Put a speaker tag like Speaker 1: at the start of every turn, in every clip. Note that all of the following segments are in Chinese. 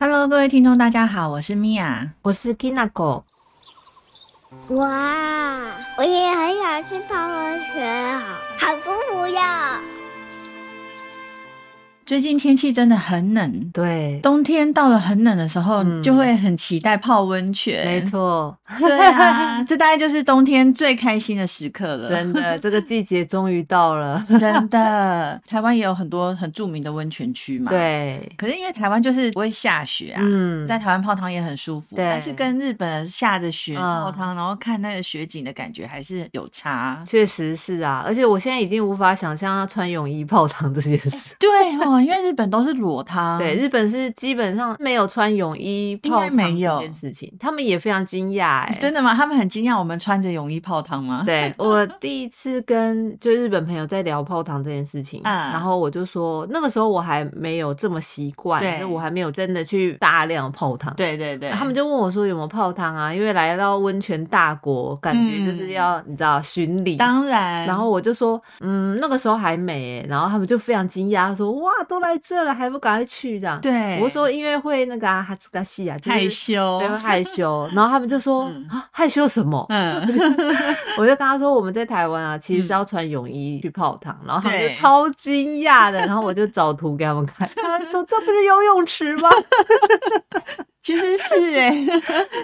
Speaker 1: Hello，各位听众，大家好，我是米娅。
Speaker 2: 我是 Kinako，
Speaker 3: 哇，我也很想吃泡温泉，好好舒服呀！
Speaker 1: 最近天气真的很冷，
Speaker 2: 对，
Speaker 1: 冬天到了很冷的时候，
Speaker 2: 嗯
Speaker 1: 就会很期待泡温泉。
Speaker 2: 没，错，
Speaker 1: 对啊，这大概就是冬天最开心的时刻了。
Speaker 2: 真的，这个季节终于到 了。
Speaker 1: 真的，台湾也有很多很著名的温泉区嘛。，
Speaker 2: 对，
Speaker 1: 可是因为台湾就是不会下雪啊。
Speaker 2: 嗯，
Speaker 1: 在台湾泡汤也很舒服，
Speaker 2: 对
Speaker 1: 但是跟日本下着雪
Speaker 2: 嗯
Speaker 1: 泡汤，然后看那个雪景的感觉还是有差。
Speaker 2: 确实是啊，而且我现在已经无法想象要穿泳衣泡汤这件 事。
Speaker 1: 对哦，因为日本都是裸汤，
Speaker 2: 对，日本是基本上没有穿泳衣
Speaker 1: 应
Speaker 2: 泡
Speaker 1: 该
Speaker 2: 汤
Speaker 1: 没有
Speaker 2: 这件事情，他们也非常惊讶、哎，
Speaker 1: 嗯哦真的吗？他们很惊讶我们穿着泳衣泡汤吗？，
Speaker 2: 对我第一次跟就日本朋友在聊泡汤这件事情，
Speaker 1: 嗯
Speaker 2: 然后我就说那个时候我还没有这么习惯，
Speaker 1: 对
Speaker 2: 就我还没有真的去大量泡汤。
Speaker 1: 对对对，
Speaker 2: 啊他们就问我说有没有泡汤啊？因为来到温泉大国，感觉就是要、你知道巡
Speaker 1: 嗯
Speaker 2: 礼。
Speaker 1: 当然，
Speaker 2: 然后我就说，嗯，那个时候还没欸，然后他们就非常惊讶，说哇，都来这了，还不赶快去这样？，
Speaker 1: 对，
Speaker 2: 我说因为会那个啊，哈兹嘎西啊，就是
Speaker 1: 害羞，
Speaker 2: 对，会害 羞。然后他们就说、
Speaker 1: 嗯
Speaker 2: 啊，害羞什么？
Speaker 1: 嗯，
Speaker 2: 我就跟他说我们在台湾啊，其实
Speaker 1: 嗯
Speaker 2: 是要穿泳衣去泡汤，然后他们
Speaker 1: 对
Speaker 2: 就超惊讶的，然后我就找图给他们看，他们说 这不是游泳池吗？
Speaker 1: 其实是哎，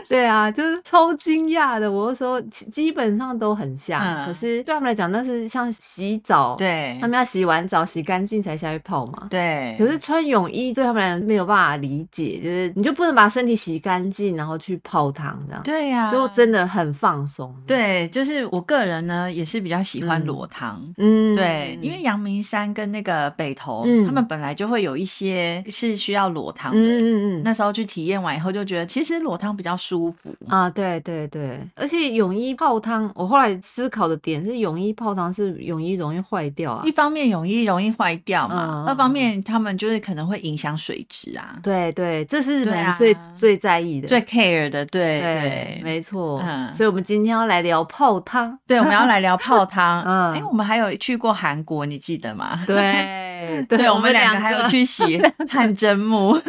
Speaker 2: 对啊，就是超惊讶的。我就说其基本上都很像，
Speaker 1: 嗯
Speaker 2: 可是对他们来讲那是像洗 澡，，
Speaker 1: 对
Speaker 2: 他们要洗完澡洗干净才下去泡嘛。
Speaker 1: 对，
Speaker 2: 啊可是穿泳衣对他们来讲没有办法理解，就是你就不能把身体洗干净，然后去泡汤这样，
Speaker 1: 对呀，
Speaker 2: 就真的很放松。，
Speaker 1: 对，就是我个人呢也是比较喜欢裸汤。
Speaker 2: 嗯
Speaker 1: 对，因为阳明山跟那个北投，
Speaker 2: 嗯
Speaker 1: 他们本来就会有一些是需要裸汤的。
Speaker 2: 嗯嗯嗯，
Speaker 1: 那时候去体验完以后，就觉得其实裸汤比较舒服。
Speaker 2: 啊，对对对，而且泳衣泡汤，我后来思考的点是，泳衣泡汤是泳衣容易坏掉啊
Speaker 1: 一。方面泳衣容易坏掉嘛，
Speaker 2: 嗯
Speaker 1: 二方面他们就是可能会影响水质啊，
Speaker 2: 对对，这是日
Speaker 1: 对
Speaker 2: 本
Speaker 1: 啊
Speaker 2: 人最、最在意的。
Speaker 1: 最 care 的，对
Speaker 2: 对，
Speaker 1: 对。
Speaker 2: 没错。
Speaker 1: 嗯
Speaker 2: 所以我们今天要来聊泡汤。
Speaker 1: 对，我们要来聊泡汤。
Speaker 2: 嗯
Speaker 1: 哎、我们还有去过韩国，你记得吗？
Speaker 2: 对
Speaker 1: 对，我们两个还有去洗汗蒸木。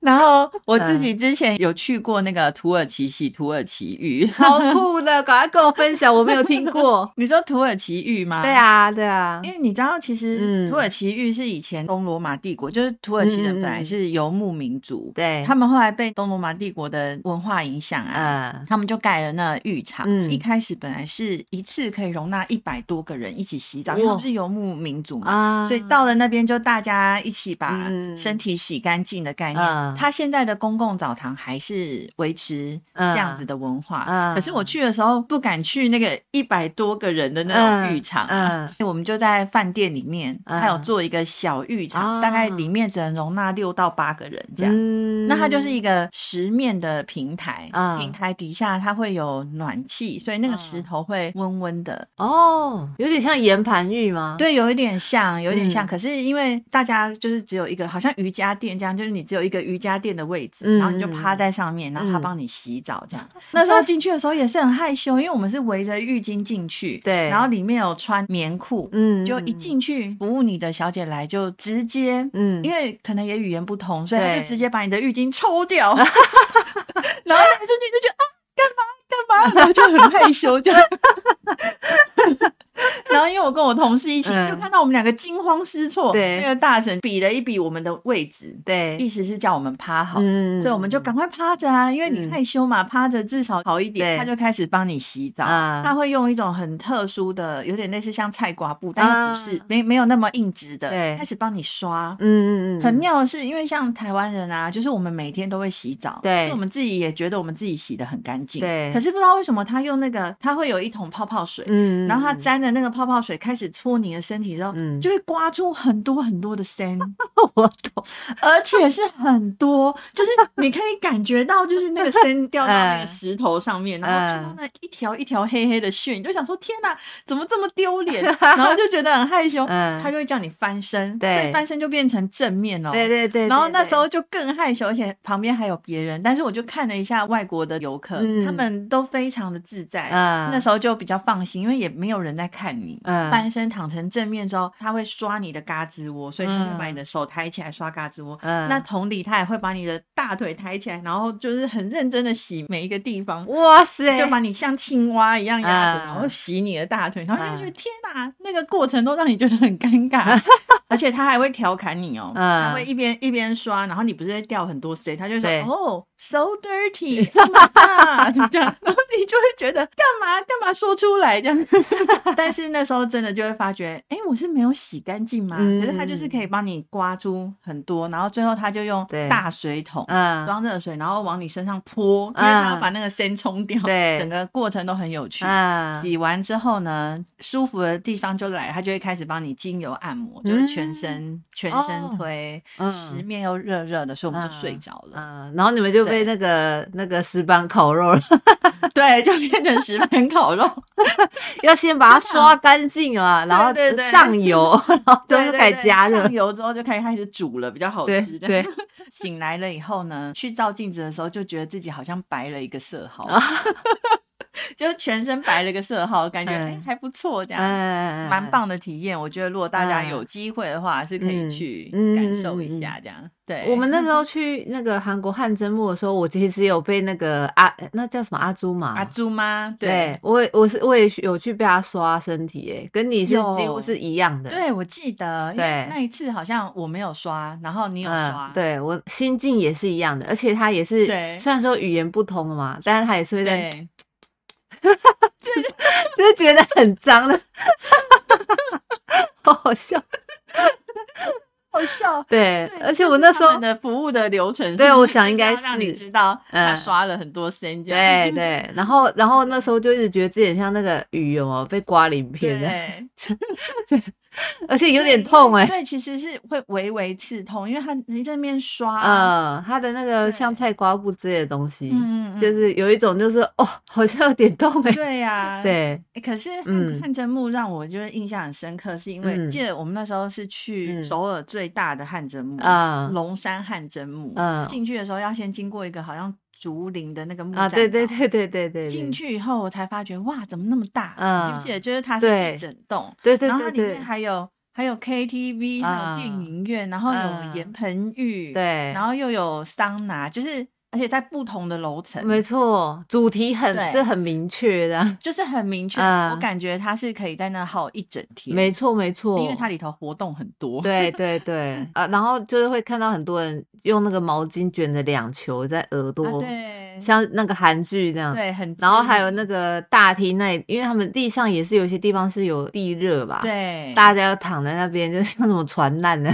Speaker 1: 然后我自
Speaker 2: 嗯
Speaker 1: 己之前有去过那个土耳其洗土耳其浴，。
Speaker 2: 超酷的，赶快跟我分享，我没有听过
Speaker 1: 你说土耳其浴吗？
Speaker 2: 对。啊，对啊，
Speaker 1: 因为你知道，其实
Speaker 2: 嗯
Speaker 1: 土耳其浴是以前东罗马帝国，就是土耳其人本来是游牧民族，
Speaker 2: 对，
Speaker 1: 他们后来被东罗马帝国的文化影响啊，
Speaker 2: 嗯
Speaker 1: 他们就盖了那浴场。
Speaker 2: 嗯
Speaker 1: 一开始本来是一次可以容纳一百多个人一起洗澡，
Speaker 2: 哇
Speaker 1: 因为他们是游牧民族嘛。
Speaker 2: 啊，
Speaker 1: 所以到了那边就大家一起把
Speaker 2: 嗯
Speaker 1: 身体洗干净的概念。
Speaker 2: 嗯
Speaker 1: 他现在的公共澡堂还是维持这样子的文化，
Speaker 2: 嗯嗯嗯
Speaker 1: 可是我去的时候不敢去那个一百多个人的那种浴场、啊。
Speaker 2: 嗯
Speaker 1: 我们就在饭店里面，
Speaker 2: 嗯
Speaker 1: 它有做一个小浴场，
Speaker 2: 啊
Speaker 1: 大概里面只能容纳六到八个人这样。
Speaker 2: 嗯
Speaker 1: 那它就是一个石面的平台，
Speaker 2: 嗯
Speaker 1: 平台底下它会有暖气，所以那个石头会温温的。
Speaker 2: 哦，有点像岩盘浴吗？
Speaker 1: 对，有一点像，有一点像。
Speaker 2: 嗯
Speaker 1: 可是因为大家就是只有一个，好像瑜伽垫这样，就是你只有一个瑜伽垫的位置，
Speaker 2: 嗯
Speaker 1: 然后你就趴在上面，然后他
Speaker 2: 嗯
Speaker 1: 帮你洗澡这样。那时候进去的时候也是很害羞，因为我们是围着浴巾进去，
Speaker 2: 对
Speaker 1: 然后里面有穿棉裤，
Speaker 2: 嗯，嗯，
Speaker 1: 就一
Speaker 2: 嗯，
Speaker 1: 进去服务你的小姐来就直接。
Speaker 2: 嗯
Speaker 1: 因为可能也语言不通，所以他就
Speaker 2: 对
Speaker 1: 直接把你的浴巾抽 掉，然后那个瞬间就觉得啊，干嘛干嘛，然后就很害羞这样。然后因为我跟我同事一起，
Speaker 2: 嗯
Speaker 1: 就看到我们两个惊慌失措，
Speaker 2: 对
Speaker 1: 那个大神比了一比我们的位置，
Speaker 2: 对，
Speaker 1: 意思是叫我们趴好。
Speaker 2: 嗯
Speaker 1: 所以我们就赶快趴着啊，因为你
Speaker 2: 嗯
Speaker 1: 害羞嘛，趴着至少好一点。
Speaker 2: 对
Speaker 1: 他就开始帮你洗澡，
Speaker 2: 啊
Speaker 1: 他会用一种很特殊的，有点类似像菜瓜布，但又不是，
Speaker 2: 啊
Speaker 1: 没没有那么硬直的，
Speaker 2: 对
Speaker 1: 开始帮你刷。
Speaker 2: 嗯嗯嗯，
Speaker 1: 很妙的是，因为像台湾人啊，就是我们每天都会洗澡，
Speaker 2: 对
Speaker 1: 所以我们自己也觉得我们自己洗的很干净，
Speaker 2: 对
Speaker 1: 可是不知道为什么他用那个，他会有一桶泡泡水，
Speaker 2: 嗯，嗯
Speaker 1: 然后他
Speaker 2: 嗯
Speaker 1: 沾着那个泡泡水开始搓你的身体之后，
Speaker 2: 嗯
Speaker 1: 就会刮出很多很多 的声，
Speaker 2: 我懂，
Speaker 1: 而且是很多，就是你可以感觉到，就是那个声掉到
Speaker 2: 嗯
Speaker 1: 那个石头上面，然后看到那一条一条黑黑的血，你就想说天哪，怎么这么丢 脸？然后就觉得很害羞，
Speaker 2: 嗯
Speaker 1: 他就会叫你翻身，所
Speaker 2: 对
Speaker 1: 以翻身就变成正面哦。
Speaker 2: 对对对。
Speaker 1: 然后
Speaker 2: 对
Speaker 1: 那
Speaker 2: 对
Speaker 1: 时候就更害羞，而且旁边还有别人。但是我就看了一下外国的游客，
Speaker 2: 嗯
Speaker 1: 他们都非常的自在，
Speaker 2: 嗯
Speaker 1: 那时候就比较放心，因为也没有人在看你。
Speaker 2: 嗯
Speaker 1: 翻身躺成正面之后，它会刷你的嘎吱窝，所以它
Speaker 2: 嗯
Speaker 1: 就把你的手抬起来刷嘎吱窝。
Speaker 2: 嗯
Speaker 1: 那同理，它也会把你的大腿抬起来，然后就是很认真的洗每一个地方。
Speaker 2: 哇塞，
Speaker 1: 就把你像青蛙一样压着，
Speaker 2: 嗯
Speaker 1: 然后洗你的大腿，然后你就觉得
Speaker 2: 嗯
Speaker 1: 天哪、那个过程都让你觉得很尴 尬，而且他还会调侃你哦，
Speaker 2: 嗯
Speaker 1: 他会一边一边刷，然后你不是会掉很多 C，他就说
Speaker 2: 对
Speaker 1: 哦，so dirty，oh my god，这样， 然后你就会觉得干嘛干嘛说出来这样， 但是那时候真的就会发觉，哎，我是没有洗干净吗？
Speaker 2: 嗯
Speaker 1: 可是他就是可以帮你刮出很多，然后最后他就用
Speaker 2: 对
Speaker 1: 大水桶，
Speaker 2: 嗯
Speaker 1: 装热水，然后往你身上泼，因为它要
Speaker 2: 嗯
Speaker 1: 把那个先冲掉。
Speaker 2: 对
Speaker 1: 整个过程都很有趣。
Speaker 2: 嗯，
Speaker 1: 洗完之后呢，舒服的地方就来，它就会开始帮你精油按摩，就是全身、全身推，
Speaker 2: 哦嗯
Speaker 1: 十面又热热的，所以我们就睡着了。
Speaker 2: 嗯，然后你们就被
Speaker 1: 对
Speaker 2: 那个那个石板烤肉了， 嗯
Speaker 1: 对，就变成石板烤肉，
Speaker 2: 哦要先 把它刷干净啊，然后
Speaker 1: 对对对
Speaker 2: 上 油，然后
Speaker 1: 对
Speaker 2: 都
Speaker 1: 对
Speaker 2: 改加热
Speaker 1: 上，油之后就可以开始煮了，比较好
Speaker 2: 对
Speaker 1: 吃。这
Speaker 2: 对
Speaker 1: 样， 醒来了以后呢，去照镜子的时候就觉得自己好像白了一个色号，
Speaker 2: 啊
Speaker 1: 就全身白了一个色号，感觉哎、
Speaker 2: 嗯
Speaker 1: 诶还不错这样。
Speaker 2: 嗯，
Speaker 1: 蛮。棒的体验。我觉得如果大家有机会的话，是可以去
Speaker 2: 嗯
Speaker 1: 感受一下这样。对，
Speaker 2: 我们那时 候去那个韩国汗蒸幕的时候，我其实有被那个阿那叫什么阿朱嘛，
Speaker 1: 阿朱吗？
Speaker 2: 对我也我是我也有去被他刷身体，诶，跟你是
Speaker 1: 有
Speaker 2: 几乎是一样的。
Speaker 1: 对，我记得，因
Speaker 2: 对
Speaker 1: 为那一次好像我没有刷，然后你有刷，
Speaker 2: 嗯，对我心境也是一样的，而且他也是
Speaker 1: 对
Speaker 2: 虽然说语言不通嘛，但是他也是会在，
Speaker 1: 对，
Speaker 2: 就是觉得很脏的， 好好笑。
Speaker 1: 好笑。
Speaker 2: 对，
Speaker 1: 对
Speaker 2: 而且我那时
Speaker 1: 就是他
Speaker 2: 候
Speaker 1: 们，的服务的流程，
Speaker 2: 对
Speaker 1: 是
Speaker 2: 我想应该
Speaker 1: 就是是要让你知道他
Speaker 2: 嗯
Speaker 1: 刷了很多声，这样
Speaker 2: 对对，然后然后那时候就一直觉得自己很像那个鱼有没 有被刮鳞片的，
Speaker 1: 对，
Speaker 2: 而且有点痛哎、
Speaker 1: 对，其实是会微微刺痛，因为他你在那边刷啊，
Speaker 2: 嗯，它的那个
Speaker 1: 对
Speaker 2: 像菜瓜布之类的东西，
Speaker 1: 嗯嗯嗯
Speaker 2: 就是有一种就是哦，好像有点痛哎、
Speaker 1: 对呀，
Speaker 2: 对，
Speaker 1: 欸可是汗
Speaker 2: 嗯
Speaker 1: 汗蒸幕让我就是印象很深刻，是因为
Speaker 2: 嗯
Speaker 1: 记得我们那时候是去
Speaker 2: 嗯
Speaker 1: 首尔最大的汗蒸幕
Speaker 2: 啊
Speaker 1: 龙山汗蒸幕。
Speaker 2: 嗯
Speaker 1: 进去的时候要先经过一个好像竹林的那个木
Speaker 2: 啊，
Speaker 1: 栈道
Speaker 2: 对对。对对对对对，
Speaker 1: 进去以后我才发觉，哇，怎么那么大？
Speaker 2: 嗯
Speaker 1: 你记不记得？就是它
Speaker 2: 对
Speaker 1: 是一整栋，
Speaker 2: 对对
Speaker 1: 然后它
Speaker 2: 对
Speaker 1: 里
Speaker 2: 对
Speaker 1: 面还有还有 KTV，还
Speaker 2: 啊
Speaker 1: 有电影院，然后
Speaker 2: 嗯
Speaker 1: 有盐盆浴，
Speaker 2: 对，，
Speaker 1: 然后又有桑拿，就是而且在不同的楼层，
Speaker 2: 没错，主题很
Speaker 1: 对
Speaker 2: 这很明确的，
Speaker 1: 就是很明确。
Speaker 2: 嗯
Speaker 1: 我感觉它是可以在那耗一整天，
Speaker 2: 没错没错，
Speaker 1: 因为 它里头活动很多。
Speaker 2: 哦对对对，
Speaker 1: 啊
Speaker 2: 呃，然后就是会看到很多人用那个毛巾卷着两球在耳朵，
Speaker 1: 啊，对，
Speaker 2: 像那个韩剧那样。
Speaker 1: 对很知名，
Speaker 2: 然后还有那个大厅那里，因为他们地上也是有一些地方是有地热吧，，
Speaker 1: 对，
Speaker 2: 大家要躺在那边，就像什么船 难的，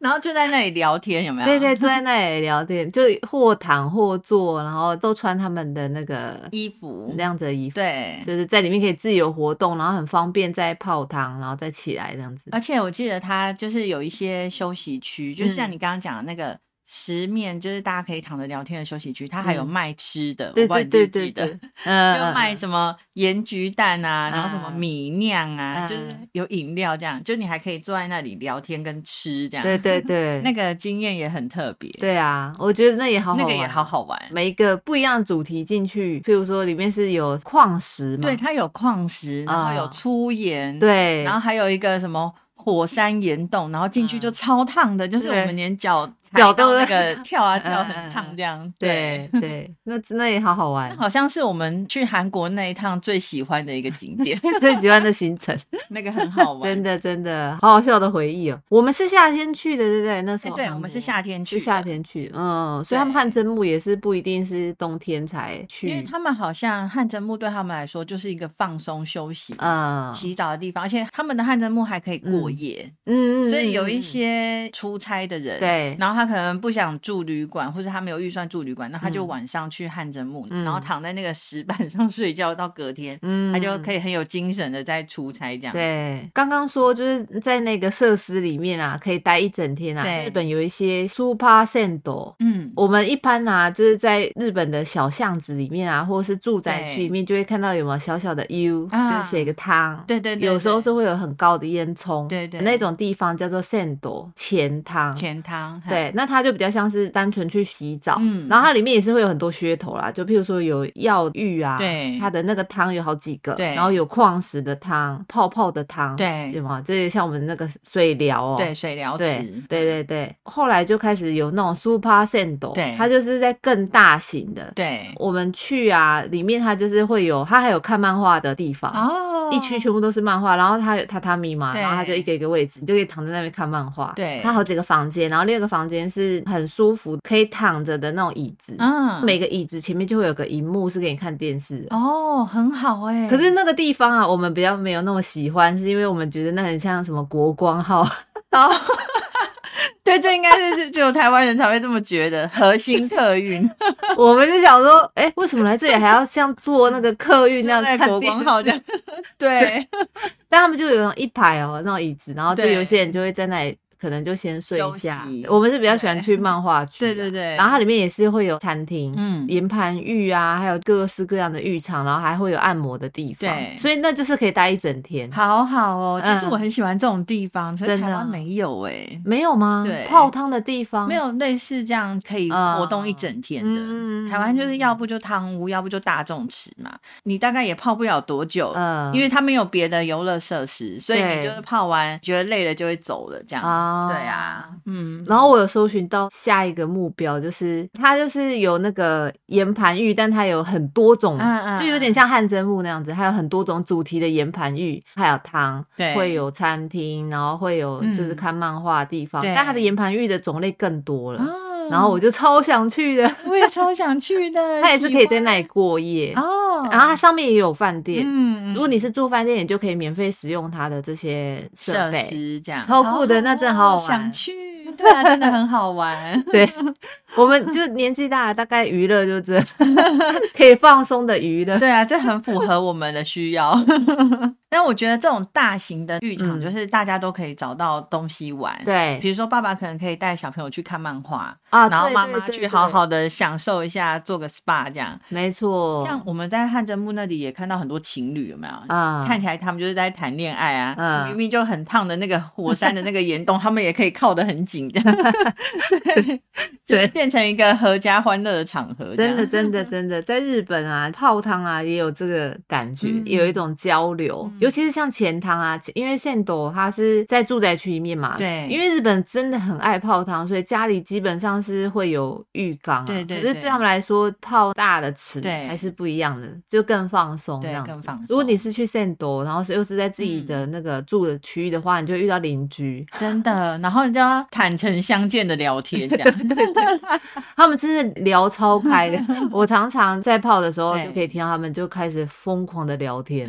Speaker 1: 然后就在那里聊天，有没有？
Speaker 2: 对对，坐在那里聊天，就或躺或坐，然后都穿他们的那个
Speaker 1: 衣服
Speaker 2: 那，样子的衣服，
Speaker 1: 对。
Speaker 2: 就是在里面可以自由活动，然后很方便再泡汤，然后再起来这样子。
Speaker 1: 而且我记得它就是有一些休息区，就是像
Speaker 2: 嗯
Speaker 1: 你刚刚讲的那个石面，就是大家可以躺着聊天的休息区，它还有
Speaker 2: 嗯
Speaker 1: 卖吃的，
Speaker 2: 对
Speaker 1: 我不知
Speaker 2: 对
Speaker 1: 道你记
Speaker 2: 对
Speaker 1: 不记
Speaker 2: 对
Speaker 1: 得
Speaker 2: 对，，嗯
Speaker 1: 就卖什么盐焗蛋啊，然后什么
Speaker 2: 嗯
Speaker 1: 米酿啊，就是
Speaker 2: 嗯
Speaker 1: 有饮料这样，就你还可以坐在那里聊天跟吃这样，
Speaker 2: 对对对，
Speaker 1: 啊 那个经验也很特别，
Speaker 2: 对啊，我觉得那也好好
Speaker 1: 那
Speaker 2: 玩，啊
Speaker 1: 个也好好玩。
Speaker 2: 每一个不一样的主题进去，譬如说里面是有矿石嘛，
Speaker 1: 对，它有矿石，然后有
Speaker 2: 啊
Speaker 1: 粗盐，，
Speaker 2: 对，
Speaker 1: 然后还有一个什么火山岩洞，然后进去就超烫的，就是我
Speaker 2: 嗯对
Speaker 1: 们连脚踩
Speaker 2: 脚
Speaker 1: 到
Speaker 2: 都
Speaker 1: 那个跳啊跳
Speaker 2: 嗯嗯
Speaker 1: 很
Speaker 2: 嗯
Speaker 1: 烫这样，
Speaker 2: 对
Speaker 1: 对。
Speaker 2: 对，那那也好好玩
Speaker 1: 那，好像是我们去韩国那一趟最喜欢的一个景 点，
Speaker 2: 最喜欢的行程，
Speaker 1: 那个很好玩。
Speaker 2: 真的真的好好笑的回忆哦。我们是夏天去的，对不对？那时
Speaker 1: 哎
Speaker 2: 候
Speaker 1: 对，
Speaker 2: 韩
Speaker 1: 我们是
Speaker 2: 国
Speaker 1: 夏天去的，
Speaker 2: 是夏天去，嗯，所以他们
Speaker 1: 对
Speaker 2: 汗蒸幕也是不一定是冬天才去，
Speaker 1: 因为他们好像汗蒸木对他们来说就是一个放松休息、
Speaker 2: 嗯
Speaker 1: 洗澡的地方，而且他们的汗蒸木还可以过夜，
Speaker 2: 嗯嗯
Speaker 1: 所以有
Speaker 2: 嗯
Speaker 1: 一
Speaker 2: 嗯
Speaker 1: 些出差的人，
Speaker 2: 对
Speaker 1: 然后他可能不想住旅馆，或者他没有预算住旅馆，那他就
Speaker 2: 嗯
Speaker 1: 晚上去汗蒸木，
Speaker 2: 嗯
Speaker 1: 然后躺在那个石板 上睡觉到隔天，
Speaker 2: 嗯
Speaker 1: 他就可
Speaker 2: 以。
Speaker 1: 以很有精神的在出差这样。
Speaker 2: 对，刚刚说就是在那个设施里面啊，可以待一整天啊。
Speaker 1: 对
Speaker 2: 日本有一些 super sendo，
Speaker 1: 嗯，
Speaker 2: 我们一般啊，就是在日本的小巷子里面啊，或者是住宅区里面，就会看到有没有小小的 U，、
Speaker 1: 啊
Speaker 2: 就是写一个汤。
Speaker 1: 对对对，
Speaker 2: 有时候
Speaker 1: 对
Speaker 2: 是会有很高的烟囱，
Speaker 1: 对对，
Speaker 2: 那种地方叫做 sendo 钱汤。
Speaker 1: 钱汤，嘿，
Speaker 2: 对，那它就比较像是单纯去洗澡，
Speaker 1: 嗯
Speaker 2: 然后它里面也是会有很多噱头啦，就譬如说有药浴啊，
Speaker 1: 对
Speaker 2: 它的那个汤有好几个，
Speaker 1: 对
Speaker 2: 然后有矿石的汤、泡泡的汤，，对
Speaker 1: 对
Speaker 2: 吗？这也像我们那个水疗哦，
Speaker 1: 对，水疗
Speaker 2: 对
Speaker 1: 池，
Speaker 2: 对对对，后来就开始有那种 super sendo，
Speaker 1: 对
Speaker 2: 它就是在更大型的，
Speaker 1: 对，
Speaker 2: 我们去啊，里面它就是会有，它还有看漫画的地方。
Speaker 1: 哦，
Speaker 2: 一区全部都是漫画，然后它有榻榻米嘛，
Speaker 1: 对
Speaker 2: 然后它就一个一个位置，你就可以躺在那边看漫画。
Speaker 1: 对
Speaker 2: 它好几个房间，然后另一个房间是很舒服，可以躺着的那种椅子，
Speaker 1: 嗯，
Speaker 2: 每个椅子前面就会有个荧幕是给你看电视的。
Speaker 1: 哦，很好哎、
Speaker 2: 可是那个地方啊，我们比较没有那么喜欢，是因为我们觉得那很像什么国 光号，
Speaker 1: 哦，对，这应该是是只有台湾人才会这么觉得，核心客 运
Speaker 2: 我们就想说，哎、为什么来这里还要像坐那个客运那
Speaker 1: 就
Speaker 2: 样
Speaker 1: 在
Speaker 2: 看
Speaker 1: 国
Speaker 2: 电
Speaker 1: 光号
Speaker 2: 视
Speaker 1: 这样，对，
Speaker 2: 但他们就有那种一排哦，那种椅子，然后就
Speaker 1: 对
Speaker 2: 有些人就会在那里，可能就先睡一下
Speaker 1: 休息。
Speaker 2: 我们是比较喜欢
Speaker 1: 对
Speaker 2: 去漫画区啊 的，
Speaker 1: 对对对
Speaker 2: 然后它里面也是会有餐厅，嗯
Speaker 1: 嗯，
Speaker 2: 岩盘浴啊，还有各式各样的浴场，然后还会有按摩的地方，
Speaker 1: 对
Speaker 2: 所以那就是可以待一整天。
Speaker 1: 好好哦。其实
Speaker 2: 嗯
Speaker 1: 我很喜欢这种地方，可是
Speaker 2: 真的
Speaker 1: 台湾没有哎、
Speaker 2: 没有吗？
Speaker 1: 对
Speaker 2: 泡汤的地方
Speaker 1: 没。有类似这样可以活动一整天的，
Speaker 2: 嗯
Speaker 1: 台湾就是要不就汤屋，要不就大众池嘛，你大概也泡不了多久，
Speaker 2: 嗯
Speaker 1: 因为它没有别的游乐设施，所以
Speaker 2: 对
Speaker 1: 你就是泡完觉得累了就会走了这样。
Speaker 2: 啊
Speaker 1: 对啊，嗯，
Speaker 2: 然后我有搜寻到下一个目标，就是它就是有那个岩盘浴，但它有很多种，
Speaker 1: 嗯嗯
Speaker 2: 就有点像汗蒸木那样子，还有很多种主题的岩盘浴，还有汤，
Speaker 1: 对
Speaker 2: 会有餐厅，然后会有就是
Speaker 1: 嗯
Speaker 2: 看漫画的地方，
Speaker 1: 对
Speaker 2: 但它的岩盘浴的种类更多了。
Speaker 1: 哦
Speaker 2: 然后我就超想去的，
Speaker 1: 我也超想去的，
Speaker 2: 它也是可以在那里
Speaker 1: 喜
Speaker 2: 过夜，
Speaker 1: 欢哦，
Speaker 2: 然后它上面也有饭店。
Speaker 1: 嗯，嗯
Speaker 2: 如果你是住饭店，你就可以免费使用它的这些设
Speaker 1: 设
Speaker 2: 备。
Speaker 1: 施这样，哦
Speaker 2: 超酷的那真的好好玩
Speaker 1: 想去，对啊，真的很好玩。
Speaker 2: 对，我们就年纪大了，大概娱乐 就这可以放松的娱 乐。
Speaker 1: 对啊，这很符合我们的需要。 但我觉得这种大型的浴场，
Speaker 2: 嗯
Speaker 1: 就是大家都可以找到东西玩。，比
Speaker 2: 对
Speaker 1: 如说爸爸可能可以带小朋友去看漫画，
Speaker 2: 啊，
Speaker 1: 然后
Speaker 2: 对
Speaker 1: 妈
Speaker 2: 对
Speaker 1: 妈
Speaker 2: 对
Speaker 1: 去
Speaker 2: 对
Speaker 1: 好好的享受一下，做个 SPA 这样。
Speaker 2: 没错，
Speaker 1: 像我们在汗蒸木那里也看到很多情侣，有没有？
Speaker 2: 哦啊
Speaker 1: 看起来他们就是在谈恋爱啊，
Speaker 2: 嗯
Speaker 1: 明明就很烫的那个火山的那个岩洞，他 们也可以靠得很紧， 这样，对，就是变成一个合家欢乐的场合，这
Speaker 2: 真
Speaker 1: 样
Speaker 2: 的，真的真的，在日本啊，泡汤啊也有这个感觉，
Speaker 1: 嗯
Speaker 2: 有一种交流，尤其是像钱汤啊，因为县斗它是在住宅区里面嘛，
Speaker 1: 对
Speaker 2: 因为日本真的很爱泡汤，所以家里基本上是会有浴缸、啊，
Speaker 1: 对对
Speaker 2: 可是
Speaker 1: 对
Speaker 2: 对他们来说，泡大的池
Speaker 1: 对
Speaker 2: 还是不一样的，就更放松这
Speaker 1: 对
Speaker 2: 样，子。
Speaker 1: 更放松。嗯
Speaker 2: 如果你是去县斗，然后是又是在自己的那个住的区域的话，你就会遇到邻居，
Speaker 1: 真的，然后人家坦诚相见的聊天，这 样
Speaker 2: 他们真的聊超开 的。我常常在泡的时候
Speaker 1: 对
Speaker 2: 就可以听到他们就开始疯狂的聊天，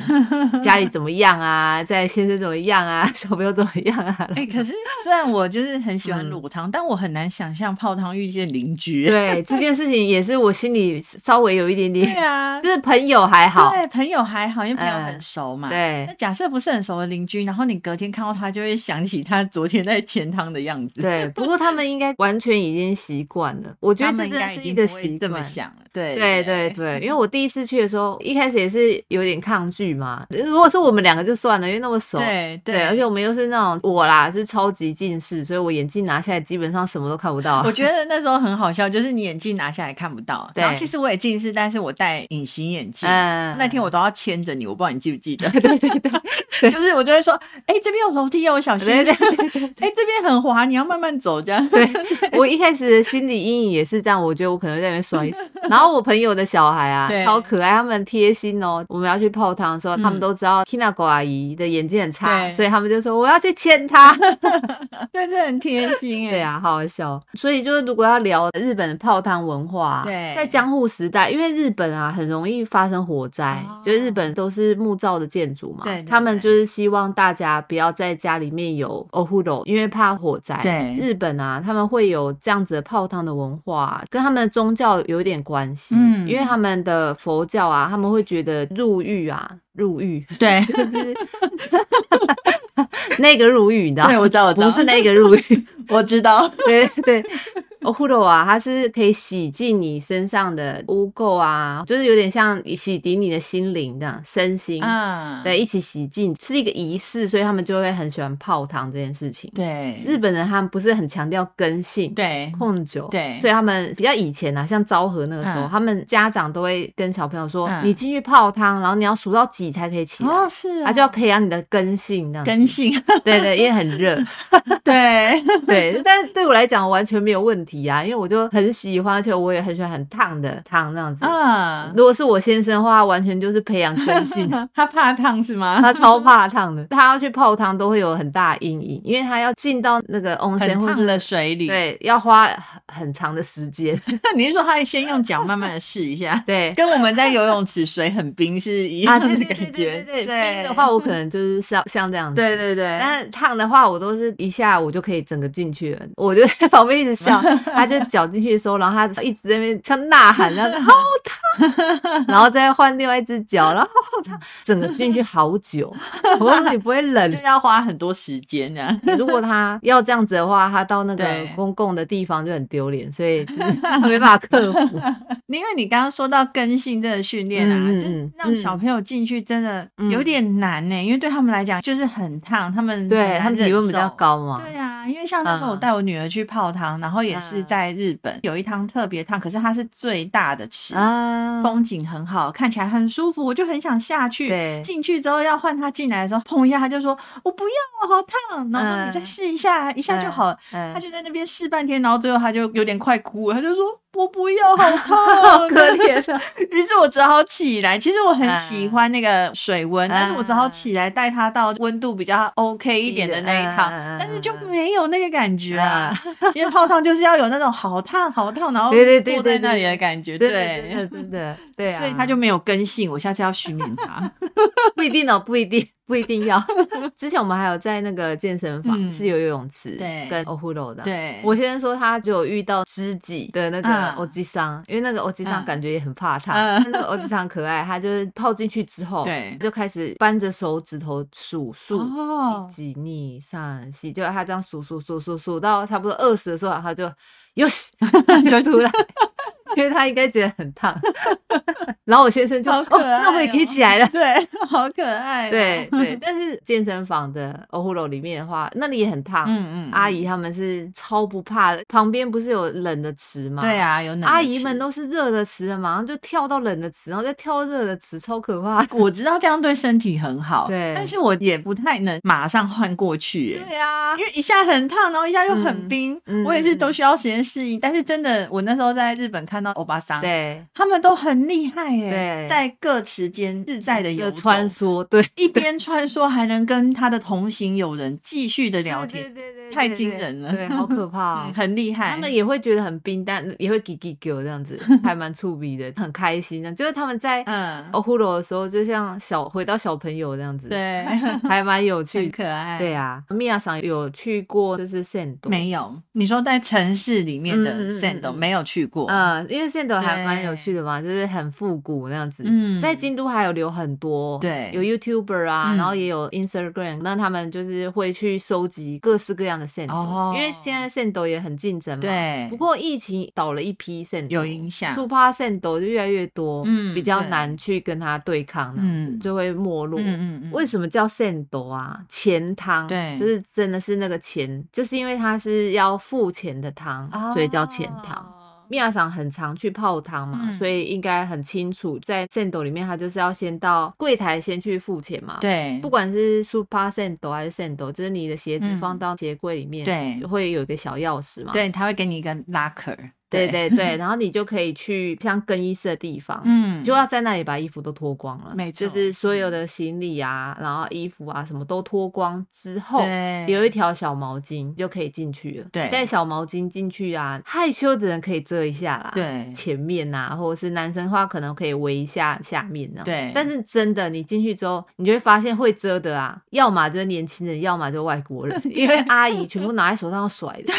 Speaker 2: 家里怎么样啊，在先生怎么样啊，小朋友怎么样啊。
Speaker 1: 哎、可是虽然我就是很喜欢
Speaker 2: 嗯
Speaker 1: 裸汤，但我很难想象泡汤遇见邻居。
Speaker 2: 对这件事情也是我心里稍微有一 点
Speaker 1: 对
Speaker 2: 点，
Speaker 1: 啊，
Speaker 2: 就是朋友还好，
Speaker 1: 对朋友还好，因为朋友
Speaker 2: 嗯
Speaker 1: 很熟嘛。那
Speaker 2: 对
Speaker 1: 假设不是很熟的邻居，然后你隔天看到他，就会想起他昨天在钱汤的样子。，
Speaker 2: 对。不过他们应该完全已经习惯了，我觉
Speaker 1: 他
Speaker 2: 得这
Speaker 1: 们应
Speaker 2: 真的
Speaker 1: 该已
Speaker 2: 是一
Speaker 1: 经
Speaker 2: 个
Speaker 1: 不会
Speaker 2: 习
Speaker 1: 这么
Speaker 2: 惯。
Speaker 1: 想了。对
Speaker 2: 对对 对，因为我第一次去的时候，一开始也是有点抗拒嘛。如果是我们两个就算了，因为那么熟，
Speaker 1: 对
Speaker 2: 对，而且我们又是那种我啦是超级近视，所以我眼镜拿下来基本上什么都看不到
Speaker 1: 我。觉得那时候很好笑，就是你眼镜拿下来看不到，
Speaker 2: 对
Speaker 1: 然后其实我也近视，但是我戴隐形眼镜。
Speaker 2: 嗯
Speaker 1: 那天我都要牵着你，我不知道你记不记得，
Speaker 2: 对 对对
Speaker 1: 就是我就会说，哎、这边有楼梯哦，我小心。
Speaker 2: 对对
Speaker 1: 哎、这边很滑，你要慢慢走，这样。
Speaker 2: 对，我一开始的心理阴影也是这样，我觉得我可能会在那边摔死。然后我朋友的小孩啊，
Speaker 1: 对
Speaker 2: 超可爱，他们很贴心哦。我们要去泡汤的时候，他们
Speaker 1: 嗯
Speaker 2: 都知道 Kinako 阿姨的眼睛很差，
Speaker 1: 对
Speaker 2: 所以他们就说我要去牵她。
Speaker 1: 对，这很贴心哎。
Speaker 2: 对，啊，好好笑。所以就是如果要聊日本的泡汤文化，啊
Speaker 1: 对
Speaker 2: 在江户时代，因为日本啊很容易发生火灾，
Speaker 1: 哦
Speaker 2: 就是日本都是木造的建筑嘛，
Speaker 1: 对对
Speaker 2: 他们
Speaker 1: 对
Speaker 2: 就是希望大家不要在家里面有 o h u r o 因为怕火灾。
Speaker 1: 哎对
Speaker 2: 日本啊，他们会有这样子的泡汤的文化，跟他们的宗教有一点关系，
Speaker 1: 嗯
Speaker 2: 因为他们的佛教啊，他们会觉得入狱啊，入狱
Speaker 1: 对，
Speaker 2: 就是。那个入狱，你知道？
Speaker 1: 对我知道我知道
Speaker 2: 不是那个入狱，
Speaker 1: 我知道。
Speaker 2: 对对，哦，护豆啊，它是可以洗净你身上的污垢啊，就是有点像洗涤你的心灵这样，身心。
Speaker 1: 啊，
Speaker 2: 对，一起洗净是一个仪式，所以他们就会很喜欢泡汤这件事情。
Speaker 1: 对
Speaker 2: 日本人他们不是很强调根性，
Speaker 1: 对
Speaker 2: 控酒，
Speaker 1: 对
Speaker 2: 所以他们比较以前啊，像昭和那个时候，
Speaker 1: 嗯
Speaker 2: 他们家长都会跟小朋友说，
Speaker 1: 嗯
Speaker 2: 你进去泡汤，然后你要数到几才可以起来，
Speaker 1: 哦是
Speaker 2: 他就要培养你的根性，这样子
Speaker 1: 根，性，
Speaker 2: 对对，因为很热，
Speaker 1: 对，
Speaker 2: 对，但对我来讲完全没有问题啊，因为我就很喜欢，而且我也很喜欢很烫的汤这样子。
Speaker 1: 啊，
Speaker 2: 如果是我先生的话，完全就是培养根 性。
Speaker 1: 他怕烫是吗？
Speaker 2: 他超怕烫的，他要去泡汤都会有很大的阴影，因为他要进到那个温泉
Speaker 1: 很
Speaker 2: 或
Speaker 1: 烫
Speaker 2: 是
Speaker 1: 的水里，
Speaker 2: 对，要花很很长的时间。，
Speaker 1: 你是说他先用脚慢慢的试一下
Speaker 2: 对
Speaker 1: 跟我们在游泳池水很冰是一样
Speaker 2: 对
Speaker 1: 的
Speaker 2: 啊对
Speaker 1: 感
Speaker 2: 对
Speaker 1: 觉
Speaker 2: 对？对对，
Speaker 1: 对
Speaker 2: 冰的话我可能就是像像这样子。
Speaker 1: 对对对，
Speaker 2: 但是烫的话，我都是一下我就可以整个进去了，我就在旁边一直笑，他就脚进去的时候，然后他一直在那边像呐喊这样子，好 烫，然后再换另外一只脚，然后好烫，整个进去好久。我说你不会冷
Speaker 1: 就要花很多时间这样。
Speaker 2: 如果他要这样子的话，他到那个
Speaker 1: 对
Speaker 2: 公共的地方就很丢脸，所以就是没办法克服。
Speaker 1: 因为你刚刚说到根性这个训练啊，
Speaker 2: 嗯嗯
Speaker 1: 这
Speaker 2: 嗯
Speaker 1: 让小朋友进去真的有点难呢、因为对他们来讲就是很烫，他们很
Speaker 2: 对
Speaker 1: 难
Speaker 2: 他们体温
Speaker 1: 忍
Speaker 2: 比较
Speaker 1: 受。
Speaker 2: 高嘛，
Speaker 1: 对啊，因为像那时候我
Speaker 2: 嗯
Speaker 1: 带我女儿去泡汤，然后也是
Speaker 2: 嗯
Speaker 1: 在日本，有一汤特别烫，可是它是最大的池，
Speaker 2: 啊，
Speaker 1: 风景很好，看起来很舒服，我就很想下去。
Speaker 2: 对
Speaker 1: 进去之后要换她进来的时候，碰一下，她就说：“我不要，好烫。”然后说：“
Speaker 2: 嗯
Speaker 1: 你再试一下，一下就好。”
Speaker 2: 嗯
Speaker 1: 她就在那边试半天，然后最后她就有点快哭了，她就说：“我不要， 好烫，
Speaker 2: 好可怜嗯啊，
Speaker 1: 于是我只好起来。其实我很喜欢那个水温，
Speaker 2: 嗯
Speaker 1: 但是我只好起来带它到温度比较 OK 一点的那一趟，
Speaker 2: 嗯嗯嗯嗯
Speaker 1: 但是就没有那个感觉啊。因为泡汤就是要有那种好烫好烫，然后
Speaker 2: 对对对
Speaker 1: 坐在那里的感觉，
Speaker 2: 对对对真的对啊，
Speaker 1: 所以它就没有根性，我下次要训练 它。
Speaker 2: 不一定哦，不一定 不一定 要。之前我们还有在那个健身房
Speaker 1: 嗯
Speaker 2: 是有游泳池
Speaker 1: 对
Speaker 2: 跟 ohuro 的，
Speaker 1: 对，
Speaker 2: 我先生说他就有遇到知己的那个
Speaker 1: 嗯
Speaker 2: 欧吉桑，因为那个欧吉桑
Speaker 1: 嗯
Speaker 2: 感觉也很怕他，
Speaker 1: 嗯
Speaker 2: 但那个欧吉桑可爱，他就是泡进去之后，
Speaker 1: 对
Speaker 2: 就开始扳着手指头数数。
Speaker 1: 哦，
Speaker 2: 几逆上西，就他这样数数数数数到差不多二十的时候，然后就 又是 就出来，因为他应该觉得很烫。 然后我先生就、
Speaker 1: 好可爱哦
Speaker 2: 那我也可以起来了。
Speaker 1: 对，好可爱、哦。
Speaker 2: 对，啊对，但是健身房的欧呼 o 里面的话，那里也很烫，
Speaker 1: 嗯嗯，
Speaker 2: 阿姨他们是超不怕的，旁边不是有冷的池吗？
Speaker 1: 对。啊，有
Speaker 2: 阿姨们
Speaker 1: 都。
Speaker 2: 都是热的池，马上就跳到冷的池，然后再跳到热的池，超可怕。
Speaker 1: 我知道这样对身体很好，
Speaker 2: 对
Speaker 1: 但是我也不太能马上换过去、耶。
Speaker 2: 对啊
Speaker 1: 因，为一下很烫，然后一下又很冰，
Speaker 2: 嗯嗯
Speaker 1: 我也是都需要时间适应。但是真的，我那时候在日本看到欧巴桑，
Speaker 2: 对，
Speaker 1: 他们都很厉害耶
Speaker 2: 对，
Speaker 1: 在各池间自在的游
Speaker 2: 有
Speaker 1: 走
Speaker 2: 穿，梭，对，
Speaker 1: 一边穿梭还能跟他的同行友人继续的聊天，
Speaker 2: 对对对，对
Speaker 1: 太惊人了
Speaker 2: 对，好 可怕
Speaker 1: 嗯
Speaker 2: 哦。
Speaker 1: 很厉害。
Speaker 2: 他们也会觉得很冰，但也会叽叽咕这样 子，还蛮触鼻的，很开心的。就是他们在
Speaker 1: 嗯，
Speaker 2: 欧呼罗的时候，就像小回到小朋友这样子，，
Speaker 1: 对，
Speaker 2: 还蛮有
Speaker 1: 很
Speaker 2: 趣。
Speaker 1: 可爱。
Speaker 2: 对啊，米娅桑有去过，就是圣斗，
Speaker 1: 没有，你说在城市里面
Speaker 2: 嗯嗯
Speaker 1: 的
Speaker 2: 嗯
Speaker 1: Sand
Speaker 2: 嗯
Speaker 1: 没有去过，
Speaker 2: 嗯，因为现在还蛮
Speaker 1: 对
Speaker 2: 有趣的嘛，就是很复古那样子。
Speaker 1: 嗯
Speaker 2: 在京都还有留很多，
Speaker 1: 对
Speaker 2: 有 YouTuber 啊，
Speaker 1: 嗯
Speaker 2: 然后也有 Instagram，那他们就是会去收集各式各样的线斗，
Speaker 1: 哦
Speaker 2: 因为现在线斗也很竞争嘛。。
Speaker 1: 对
Speaker 2: 不，过疫情倒了一批线斗，
Speaker 1: 有影响。
Speaker 2: 速趴线斗就越来越多，
Speaker 1: 嗯
Speaker 2: 比较
Speaker 1: 对
Speaker 2: 难去跟它对抗那样子，
Speaker 1: 嗯
Speaker 2: 就会没落。
Speaker 1: 嗯嗯嗯，
Speaker 2: 为什么叫线斗啊？钱汤，
Speaker 1: 对
Speaker 2: 就是真的是那个钱，就是因为它是要付钱的汤，所以叫钱汤。
Speaker 1: 哦
Speaker 2: 米娅桑很常去泡汤嘛，
Speaker 1: 嗯
Speaker 2: 所以应该很清楚，在 Sendo 里面，他就是要先到柜台先去付钱嘛。，
Speaker 1: 对，
Speaker 2: 啊不管是 Super Sendo 还是 Sendo，就是你的鞋子
Speaker 1: 嗯
Speaker 2: 放到鞋柜里面，
Speaker 1: 对
Speaker 2: 会有一个小钥匙嘛。
Speaker 1: 对，他会给你一个 locker，
Speaker 2: 对对对，然后你就可以去像更衣室的 地方。
Speaker 1: 嗯，
Speaker 2: 你就要在那里把衣服都脱光了，
Speaker 1: 没错
Speaker 2: 就是所有的行李啊，然后衣服啊什么都脱光之后，
Speaker 1: 对
Speaker 2: 留一条小毛巾就可以进去了。
Speaker 1: 对
Speaker 2: 带小毛巾进去啊，害羞的人可以遮一下啦。。
Speaker 1: 对
Speaker 2: 前面呐、或者是男生的话，可能可以围一下下面呢、
Speaker 1: 对
Speaker 2: 但是真的，你进去之后，你就会发现会遮的啊，要么就是年轻人，要么 就是外国人，因为阿姨全部拿在手上甩的。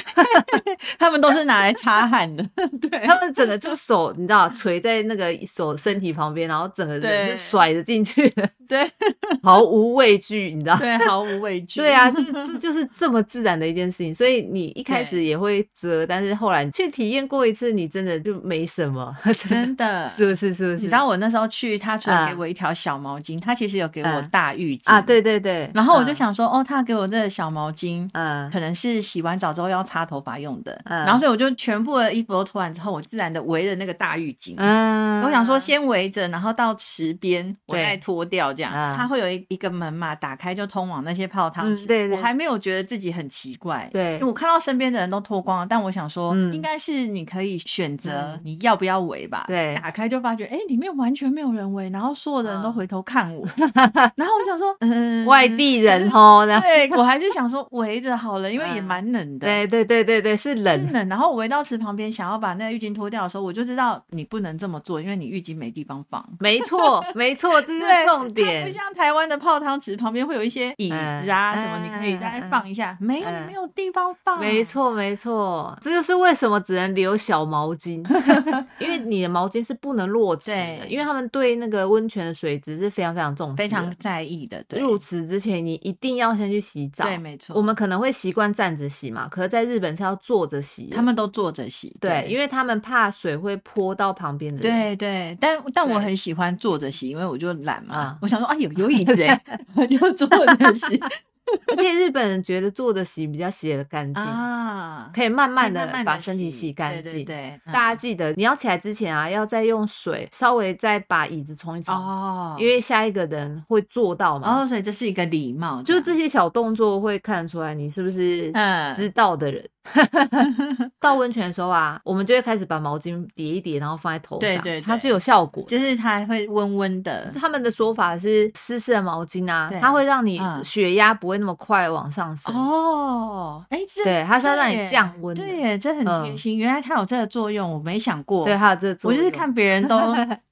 Speaker 1: 他们都是拿来擦汗 的，对，
Speaker 2: 他们整个就手，你知道，垂在那个手身体旁边，然后整个人
Speaker 1: 对
Speaker 2: 就甩着进去，
Speaker 1: 对
Speaker 2: 毫无畏惧，你知道。
Speaker 1: 对，毫无畏惧。
Speaker 2: 对啊，就是这就是这么自然的一件事情，所以你一开始
Speaker 1: 对
Speaker 2: 也会折，但是后来你去体验过一次，你真的就没什么， 真的
Speaker 1: 真的
Speaker 2: 是不是？是不是？
Speaker 1: 你知道我那时候去，他除了
Speaker 2: 嗯
Speaker 1: 给我一条小毛巾，他其实有给我
Speaker 2: 嗯
Speaker 1: 大浴巾
Speaker 2: 啊？。对对对。
Speaker 1: 然后我就
Speaker 2: 嗯，
Speaker 1: 想说，哦，他给我这个小毛巾，
Speaker 2: 嗯，
Speaker 1: 可能是洗完澡之后要擦头发用的。
Speaker 2: 嗯
Speaker 1: 然后所以我就全部的衣服都脱完之后，我自然的围着那个大浴巾。
Speaker 2: 嗯，
Speaker 1: 我想说，先围着，然后到池边，我
Speaker 2: 对
Speaker 1: 再脱掉，这样、
Speaker 2: 嗯
Speaker 1: 它会有一一个门嘛，打开就通往那些泡汤
Speaker 2: 嗯
Speaker 1: 池。
Speaker 2: 对对
Speaker 1: 我还没有觉得自己很奇怪，
Speaker 2: 对
Speaker 1: 因为我看到身边的人都脱光了，但我想说，
Speaker 2: 嗯
Speaker 1: 应该是你可以选择
Speaker 2: 嗯
Speaker 1: 你要不要围吧。
Speaker 2: 对
Speaker 1: 打开就发觉，哎、里面完全没有人围，然后所有的人都
Speaker 2: 嗯
Speaker 1: 回头看 我，然后我想说，嗯，
Speaker 2: 外地人
Speaker 1: 哦。
Speaker 2: 哦，那
Speaker 1: 对，我还是想说围着好了，因为也
Speaker 2: 嗯
Speaker 1: 蛮冷的。
Speaker 2: 对对对对对，是冷
Speaker 1: 是冷，然后我围到池旁边，想要把那个浴巾脱掉的时候，我就知道你不能这么做，因为你浴巾没地方放。
Speaker 2: 没错，没 错，这是重
Speaker 1: 它不
Speaker 2: 点。
Speaker 1: 像台湾的泡汤池旁边会有一些椅子啊、
Speaker 2: 嗯
Speaker 1: 什么，你可以大概
Speaker 2: 嗯嗯
Speaker 1: 放一下。没有，
Speaker 2: 嗯
Speaker 1: 你没有地方放。
Speaker 2: 没，错，没错，这就是为什么只能留小 毛巾，因为你的毛巾是不能落池的，
Speaker 1: 对
Speaker 2: 因为他们对那个温泉的水质是非常非常重视的。
Speaker 1: 非常在意的。对，
Speaker 2: 入池之前，你一定要先去洗澡。
Speaker 1: 对，没错。
Speaker 2: 我们可能会习惯站着洗嘛，可是在日本是要坐着洗的。
Speaker 1: 他们都坐着洗，
Speaker 2: 对，因
Speaker 1: 为。
Speaker 2: 为他们怕水会泼到旁边的人。
Speaker 1: 对对，但但我
Speaker 2: 对
Speaker 1: 很喜欢坐着洗，因为我就懒嘛
Speaker 2: 嗯。
Speaker 1: 我想说啊，有有椅子 哎，我就坐着洗
Speaker 2: 而且日本人觉得坐着洗比较洗的干 净，
Speaker 1: 啊，
Speaker 2: 可以慢慢
Speaker 1: 慢
Speaker 2: 的
Speaker 1: 慢地
Speaker 2: 把身体
Speaker 1: 洗
Speaker 2: 洗干净。
Speaker 1: 对对对，嗯
Speaker 2: 大家记得，你要起来之前啊，要再用水稍微再把椅子冲一冲，
Speaker 1: 哦，
Speaker 2: 因为下一个人会做到嘛。
Speaker 1: 哦，所以这是一个礼貌，
Speaker 2: 就
Speaker 1: 这
Speaker 2: 这
Speaker 1: 样
Speaker 2: 些小动作会看出来你是不是
Speaker 1: 嗯
Speaker 2: 知道 的人。到温泉的时候啊，我们就会开始把毛巾叠一叠，然后放在头上，
Speaker 1: 对对对
Speaker 2: 它是有效果的。
Speaker 1: 就是它会温温的，
Speaker 2: 他们的说法是湿湿的毛巾啊
Speaker 1: 对，
Speaker 2: 它会让你
Speaker 1: 嗯
Speaker 2: 血压不会那么快往上升。
Speaker 1: 哦，哎，这
Speaker 2: 对，它是要让
Speaker 1: 对
Speaker 2: 你
Speaker 1: 耶
Speaker 2: 降温的。
Speaker 1: 对耶，这很贴
Speaker 2: 嗯
Speaker 1: 心，原来它有这个作用，我没想过。
Speaker 2: 对，它有这个作
Speaker 1: 我
Speaker 2: 用。
Speaker 1: 就是看别人 都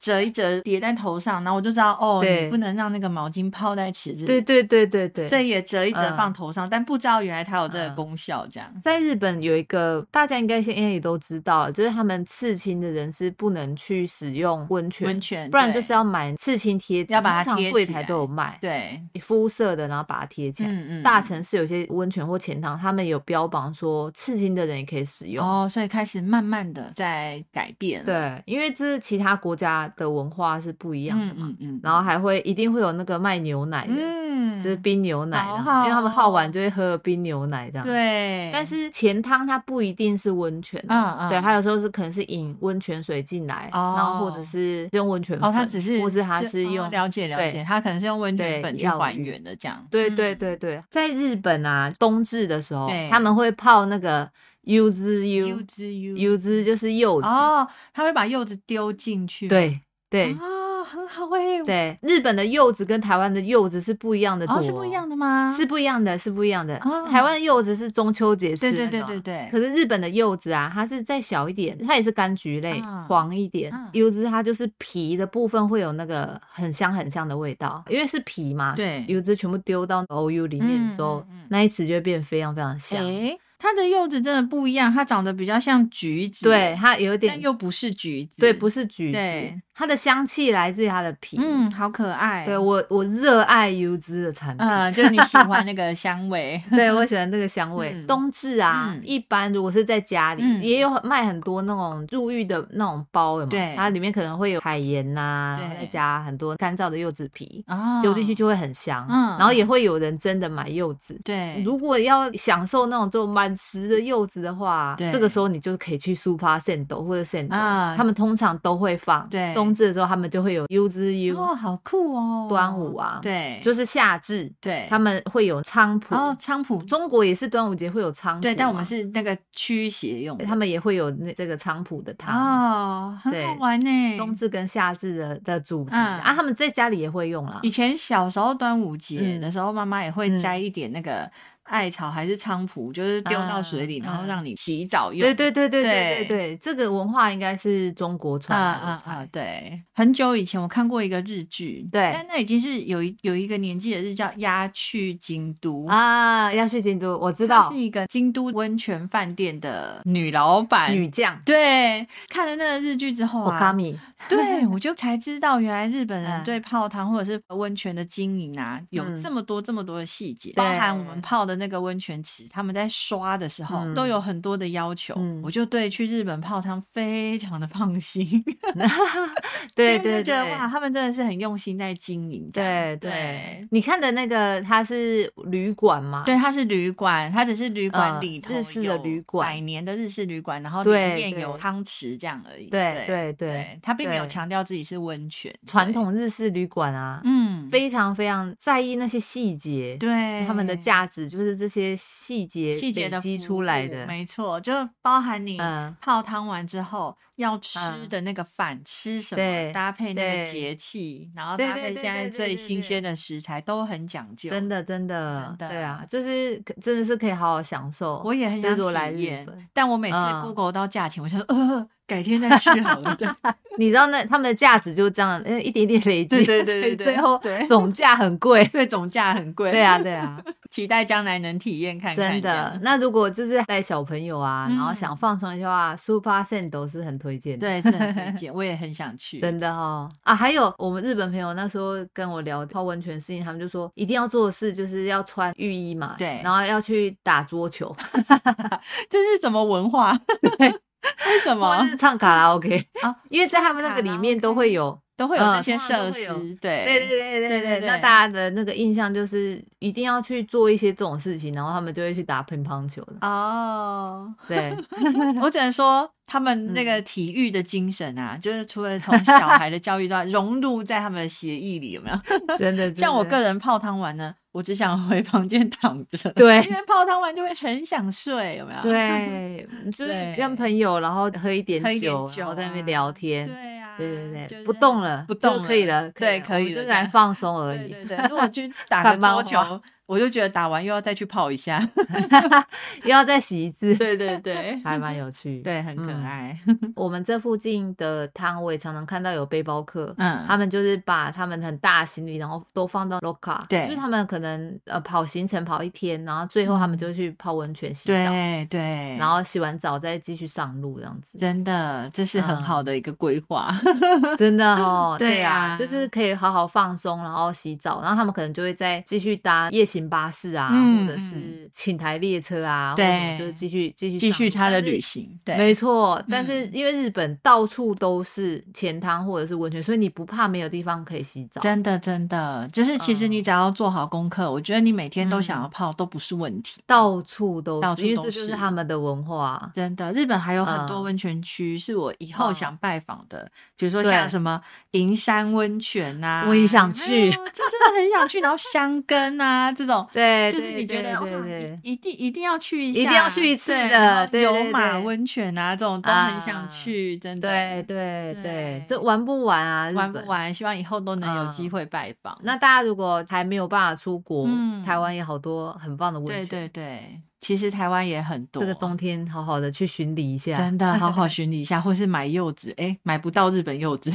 Speaker 1: 折一折叠在头上，然后我就知道哦，你
Speaker 2: 对
Speaker 1: 不能让那个毛巾泡在池子里，
Speaker 2: 对对对对对，
Speaker 1: 所以也折一折
Speaker 2: 嗯
Speaker 1: 放头上，但不知道原来它有这个
Speaker 2: 嗯
Speaker 1: 功效，这样。
Speaker 2: 在日本有一个大家应该现在也都知道了，就是他们刺青的人是不能去使用温泉，
Speaker 1: 温泉
Speaker 2: 不然
Speaker 1: 对
Speaker 2: 就是要买刺青贴纸，
Speaker 1: 要把它
Speaker 2: 通常
Speaker 1: 贴
Speaker 2: 柜
Speaker 1: 起
Speaker 2: 台
Speaker 1: 来
Speaker 2: 都有卖，
Speaker 1: 对，
Speaker 2: 肤色的，然后把它贴起来。
Speaker 1: 嗯嗯，
Speaker 2: 大
Speaker 1: 嗯
Speaker 2: 城市有些温泉或钱塘，他们有标榜说刺青的人也可以使用。
Speaker 1: 哦，所以开始慢慢的在改变了，
Speaker 2: 对，因为这是其他国家的文化是不一样
Speaker 1: 嗯
Speaker 2: 的嘛。
Speaker 1: 嗯嗯，
Speaker 2: 然后还会一定会有那个卖牛奶的，
Speaker 1: 嗯，
Speaker 2: 就是冰牛奶
Speaker 1: 好
Speaker 2: 的，
Speaker 1: 好哦
Speaker 2: 因为他们好完就会喝冰牛奶这样。
Speaker 1: 对，
Speaker 2: 但是钱汤它不一定是温泉啊、
Speaker 1: 嗯嗯
Speaker 2: 对，它有时候是可能是引温泉水进来，
Speaker 1: 哦
Speaker 2: 然后或者是用温泉粉，
Speaker 1: 哦，它只是
Speaker 2: 或是它
Speaker 1: 就是哦
Speaker 2: 用。
Speaker 1: 了解了
Speaker 2: 对
Speaker 1: 解，它可能是用温泉
Speaker 2: 对
Speaker 1: 粉去
Speaker 2: 药
Speaker 1: 还
Speaker 2: 浴
Speaker 1: 原的这样。
Speaker 2: 对
Speaker 1: 嗯
Speaker 2: 对，对对，在日本啊，冬至的时候
Speaker 1: 对，
Speaker 2: 他们会泡那个柚子柚
Speaker 1: 柚子柚
Speaker 2: 柚子，就是柚子，
Speaker 1: 哦，它会把柚子丢进去吗。
Speaker 2: 对对、
Speaker 1: 啊，很好哎。，
Speaker 2: 对，日本的柚子跟台湾的柚子是不一样的多、
Speaker 1: 哦，是不一样的吗？
Speaker 2: 是不一样的，是不一样的。
Speaker 1: 哦
Speaker 2: 台湾的柚子是中秋节
Speaker 1: 对
Speaker 2: 吃的
Speaker 1: 对对
Speaker 2: 那种啊，
Speaker 1: 对对。
Speaker 2: 可是日本的柚子啊，它是再小一点，它也是柑橘类，
Speaker 1: 嗯
Speaker 2: 黄一点。
Speaker 1: 嗯
Speaker 2: 柚子它就是皮的部分会有那个很香很香的味道，因为是皮嘛。
Speaker 1: 对
Speaker 2: 柚子全部丢到 O U 里面之后，
Speaker 1: 嗯嗯嗯哎
Speaker 2: 那一池就会变非常非常香。
Speaker 1: 诶，它的柚子真的不一样，它长得比较像橘子，
Speaker 2: 对，，它有一
Speaker 1: 但
Speaker 2: 点
Speaker 1: 又不是橘子，
Speaker 2: 对，不
Speaker 1: 是，
Speaker 2: 是橘
Speaker 1: 对
Speaker 2: 子，它的香气来自于它的皮。
Speaker 1: 嗯，好可爱。
Speaker 2: 对，我我热爱柚子的产品。
Speaker 1: 嗯，就是你喜欢那个香味，
Speaker 2: 对，我喜欢这个香味。
Speaker 1: 嗯
Speaker 2: 冬至啊，
Speaker 1: 嗯
Speaker 2: 一般如果是在家里，
Speaker 1: 嗯
Speaker 2: 也有卖很多那种入浴的那种包的嘛，
Speaker 1: 对
Speaker 2: 它里面可能会有海盐呐、
Speaker 1: 对
Speaker 2: 然后再加很多干燥的柚子皮，
Speaker 1: 啊，
Speaker 2: 丢进去就会很香。
Speaker 1: 嗯
Speaker 2: 然后也会有人真的买柚子。
Speaker 1: 对，
Speaker 2: 如果要享受那种就满池的柚子的话，
Speaker 1: 对
Speaker 2: 这个时候你就可以去 Super Sendo 或者 Sendo，、
Speaker 1: 啊
Speaker 2: 他们通常都会放。
Speaker 1: 对
Speaker 2: 冬至的时候他们就会有柚子柚，
Speaker 1: 哦，好酷哦，
Speaker 2: 端午啊
Speaker 1: 对，
Speaker 2: 就是夏至，
Speaker 1: 对，
Speaker 2: 他们会有菖蒲。
Speaker 1: 哦，菖蒲
Speaker 2: 中国也是端午节会有菖蒲，
Speaker 1: 对，但我们。是那个驱邪用的，
Speaker 2: 他们也会有那这个菖蒲的汤，
Speaker 1: 哦，很
Speaker 2: 对
Speaker 1: 好玩呢。
Speaker 2: 冬至跟夏至的的主题、
Speaker 1: 嗯
Speaker 2: 啊，他们在家里也会用啦啊
Speaker 1: 以。前小时候端午节
Speaker 2: 嗯
Speaker 1: 的时候，妈妈也会
Speaker 2: 嗯
Speaker 1: 摘一点那个艾草还是菖蒲，就是丢到水里，
Speaker 2: 嗯
Speaker 1: 然后
Speaker 2: 嗯
Speaker 1: 让你洗澡用。
Speaker 2: 对对对对
Speaker 1: 对
Speaker 2: 对对对，这个文化应该是中国传来的
Speaker 1: 啊啊啊！
Speaker 2: 菜。
Speaker 1: 对，很久以前我看过一个日剧，
Speaker 2: 对
Speaker 1: 但那已经是有一有一个年纪的日剧叫《鸭去京都》，
Speaker 2: 啊，要去京都，我知
Speaker 1: 嗯她
Speaker 2: 道
Speaker 1: 是一个京都温泉饭店的女老板。
Speaker 2: 女将
Speaker 1: 对，看了那个日剧之后
Speaker 2: 我
Speaker 1: 啊
Speaker 2: 卡，米，
Speaker 1: 对我就才知道，原来日本人
Speaker 2: 嗯
Speaker 1: 对泡汤或者是温泉的经营啊，有
Speaker 2: 嗯
Speaker 1: 这么多这么多的细节，包含我们
Speaker 2: 对
Speaker 1: 泡的那个温泉池，他们在刷的时候
Speaker 2: 嗯
Speaker 1: 都有很多的要求。
Speaker 2: 嗯
Speaker 1: 我就对去日本泡汤非常的放心。 因
Speaker 2: 对
Speaker 1: 为
Speaker 2: 对
Speaker 1: 就觉得
Speaker 2: 对。
Speaker 1: 哇，他们真的是很用心在经营这样。
Speaker 2: 对对，你看的那个它是旅馆嘛？
Speaker 1: 对，它是旅馆，它只是旅馆
Speaker 2: 嗯
Speaker 1: 里头、
Speaker 2: 日式的旅馆
Speaker 1: 百年的日式旅馆，然后里
Speaker 2: 对
Speaker 1: 面有
Speaker 2: 对
Speaker 1: 汤池这样而已。
Speaker 2: 对对对，
Speaker 1: 对，它并没有
Speaker 2: 对
Speaker 1: 强调自己是温泉
Speaker 2: 传，统日式旅馆啊
Speaker 1: 对，嗯，
Speaker 2: 非常非常在意那些细节，
Speaker 1: 对
Speaker 2: 他们的价值就是这些细节
Speaker 1: 哎细节的
Speaker 2: 累积
Speaker 1: 服
Speaker 2: 出来
Speaker 1: 务
Speaker 2: 的。
Speaker 1: 没错，就包含你
Speaker 2: 嗯
Speaker 1: 泡汤完之后要吃
Speaker 2: 嗯
Speaker 1: 的那个饭，吃什么
Speaker 2: 对
Speaker 1: 搭配那个
Speaker 2: 对
Speaker 1: 节气，然后
Speaker 2: 对
Speaker 1: 搭
Speaker 2: 对
Speaker 1: 配
Speaker 2: 对
Speaker 1: 现在
Speaker 2: 对对
Speaker 1: 最
Speaker 2: 对
Speaker 1: 新
Speaker 2: 对
Speaker 1: 鲜的食材，都很讲究。
Speaker 2: 真的，真的，
Speaker 1: 真的
Speaker 2: 对啊，就是可真的是可以好好享受。
Speaker 1: 我也很
Speaker 2: 就是
Speaker 1: 想
Speaker 2: 如果来
Speaker 1: 体
Speaker 2: 日
Speaker 1: 验
Speaker 2: 本，
Speaker 1: 但我每次
Speaker 2: 嗯
Speaker 1: Google 到价钱，我想说呃，改天 再去好了。
Speaker 2: 你知道那他们的价值就是这样，呃一点点累积，
Speaker 1: 对对对
Speaker 2: 所以
Speaker 1: 对对
Speaker 2: 最后
Speaker 1: 对。
Speaker 2: 总价很贵
Speaker 1: 对，总价很贵。
Speaker 2: 对啊，，对啊，
Speaker 1: 期待将来能体验看看。
Speaker 2: 真
Speaker 1: 这
Speaker 2: 的
Speaker 1: 样。
Speaker 2: 那如果就是带小朋友啊，
Speaker 1: 嗯
Speaker 2: 然后想放松一下的话，Super Sen 都是很推荐的。
Speaker 1: 对，是很推荐，我也很想去。
Speaker 2: 真的哈、哦、啊，还有我们日本朋友那时候跟我聊泡温泉的事情，他们就说一定要做的事就是要穿浴衣嘛，
Speaker 1: 对
Speaker 2: 然后要去打桌球，
Speaker 1: 这是什么文化？ 为什么
Speaker 2: 或是唱卡拉 OK，
Speaker 1: 啊？
Speaker 2: 因为在他们那个里面都会有，
Speaker 1: 都会有
Speaker 2: 嗯
Speaker 1: 这些
Speaker 2: 通常
Speaker 1: 设
Speaker 2: 都会有
Speaker 1: 施，
Speaker 2: 对对
Speaker 1: 对
Speaker 2: 对
Speaker 1: 对
Speaker 2: 对
Speaker 1: 对
Speaker 2: 对
Speaker 1: 对
Speaker 2: 那大家的那个印象就是一定要去做一些这种事情，然后他们就会去打乒乓球的，
Speaker 1: 哦，
Speaker 2: 对，
Speaker 1: 我只能说他们那
Speaker 2: 嗯
Speaker 1: 个体育的精神啊，就是除了 从小孩的教育之外，融入在他们的协议里，有没有？
Speaker 2: 真 的。
Speaker 1: 像我个
Speaker 2: 人，
Speaker 1: 人泡汤完呢，我只想回房间躺着，
Speaker 2: 对
Speaker 1: 因为泡汤完就会很想睡，有没有？
Speaker 2: 对， 就是
Speaker 1: 对
Speaker 2: 跟朋友，然后喝一点
Speaker 1: 喝一点
Speaker 2: 酒，
Speaker 1: 酒
Speaker 2: 然后在那边
Speaker 1: 啊
Speaker 2: 聊天，
Speaker 1: 对啊，
Speaker 2: 对对
Speaker 1: 就
Speaker 2: 对，
Speaker 1: 是
Speaker 2: 不动了，
Speaker 1: 不
Speaker 2: 就
Speaker 1: 动
Speaker 2: 可以了，
Speaker 1: 对，可
Speaker 2: 可
Speaker 1: 以
Speaker 2: 就
Speaker 1: 了，
Speaker 2: 是
Speaker 1: 这样
Speaker 2: 来放松而
Speaker 1: 对
Speaker 2: 已。
Speaker 1: 对 对，如果去打
Speaker 2: 看
Speaker 1: 个
Speaker 2: 漫
Speaker 1: 桌球
Speaker 2: 画，
Speaker 1: 我就觉得打完又要再去泡一 下。
Speaker 2: 又要再洗一次，
Speaker 1: 对对对，
Speaker 2: 还蛮有趣。，
Speaker 1: 对，很可
Speaker 2: 嗯
Speaker 1: 爱。
Speaker 2: 我们这附近的摊位常常看到有背包客。
Speaker 1: 嗯，
Speaker 2: 他们就是把他们很大的行李，然后都放到 loca，
Speaker 1: 对
Speaker 2: 就是他们可能呃跑行程跑一天，然后最后他们就去泡温泉洗澡，
Speaker 1: 嗯对对，然
Speaker 2: 然后洗完澡再继续上路这样子，
Speaker 1: 真的这是很
Speaker 2: 嗯
Speaker 1: 好的一个规划。
Speaker 2: 真的哦，
Speaker 1: 对
Speaker 2: 对
Speaker 1: 啊
Speaker 2: 就是可以好好放松，然后洗澡，然后他们可能就会再继续搭夜行巴士啊，
Speaker 1: 嗯
Speaker 2: 或者是寝台列车啊，
Speaker 1: 对
Speaker 2: 或者什么就是继续继续
Speaker 1: 继续他的旅
Speaker 2: 行。
Speaker 1: 行，对，嗯
Speaker 2: 但是没错，但是因为日本到处都是钱汤或者是温泉，所以你不怕没有地方可以洗澡。
Speaker 1: 真的真的，就是其实你
Speaker 2: 嗯
Speaker 1: 只要做好功课，我觉得你每天都想要
Speaker 2: 嗯
Speaker 1: 泡都不是问题。
Speaker 2: 到处都
Speaker 1: 到处
Speaker 2: 是，因为
Speaker 1: 都
Speaker 2: 这就是是他们的文化。
Speaker 1: 真的，日本还有很多
Speaker 2: 嗯
Speaker 1: 温泉区是我以后
Speaker 2: 嗯
Speaker 1: 想拜访的，比如说
Speaker 2: 对
Speaker 1: 像什么银山温泉呐、
Speaker 2: 我也想去
Speaker 1: 哎呦这真的很想去。然后香根啊这种，
Speaker 2: 对，
Speaker 1: 就是
Speaker 2: 对
Speaker 1: 你觉
Speaker 2: 对
Speaker 1: 得哇
Speaker 2: 对对，
Speaker 1: 一一定一定要去一下，
Speaker 2: 一定要去一次
Speaker 1: 对
Speaker 2: 的
Speaker 1: 然后
Speaker 2: 对对
Speaker 1: 有马
Speaker 2: 对
Speaker 1: 温泉啊这种都很
Speaker 2: 啊
Speaker 1: 想去，真的。
Speaker 2: 对对
Speaker 1: 对
Speaker 2: 对，这玩不玩啊？日
Speaker 1: 玩不
Speaker 2: 本
Speaker 1: 玩？希望以后都能有机
Speaker 2: 嗯
Speaker 1: 会拜访。
Speaker 2: 那大家如果还没有办法出国，
Speaker 1: 嗯
Speaker 2: 台湾有好多很棒的温
Speaker 1: 对
Speaker 2: 泉，
Speaker 1: 对对，其实台湾也很多。
Speaker 2: 这个冬天好好的去巡礼一下。
Speaker 1: 真的好 好巡礼一下，或是买柚子，哎、买不到日本柚子，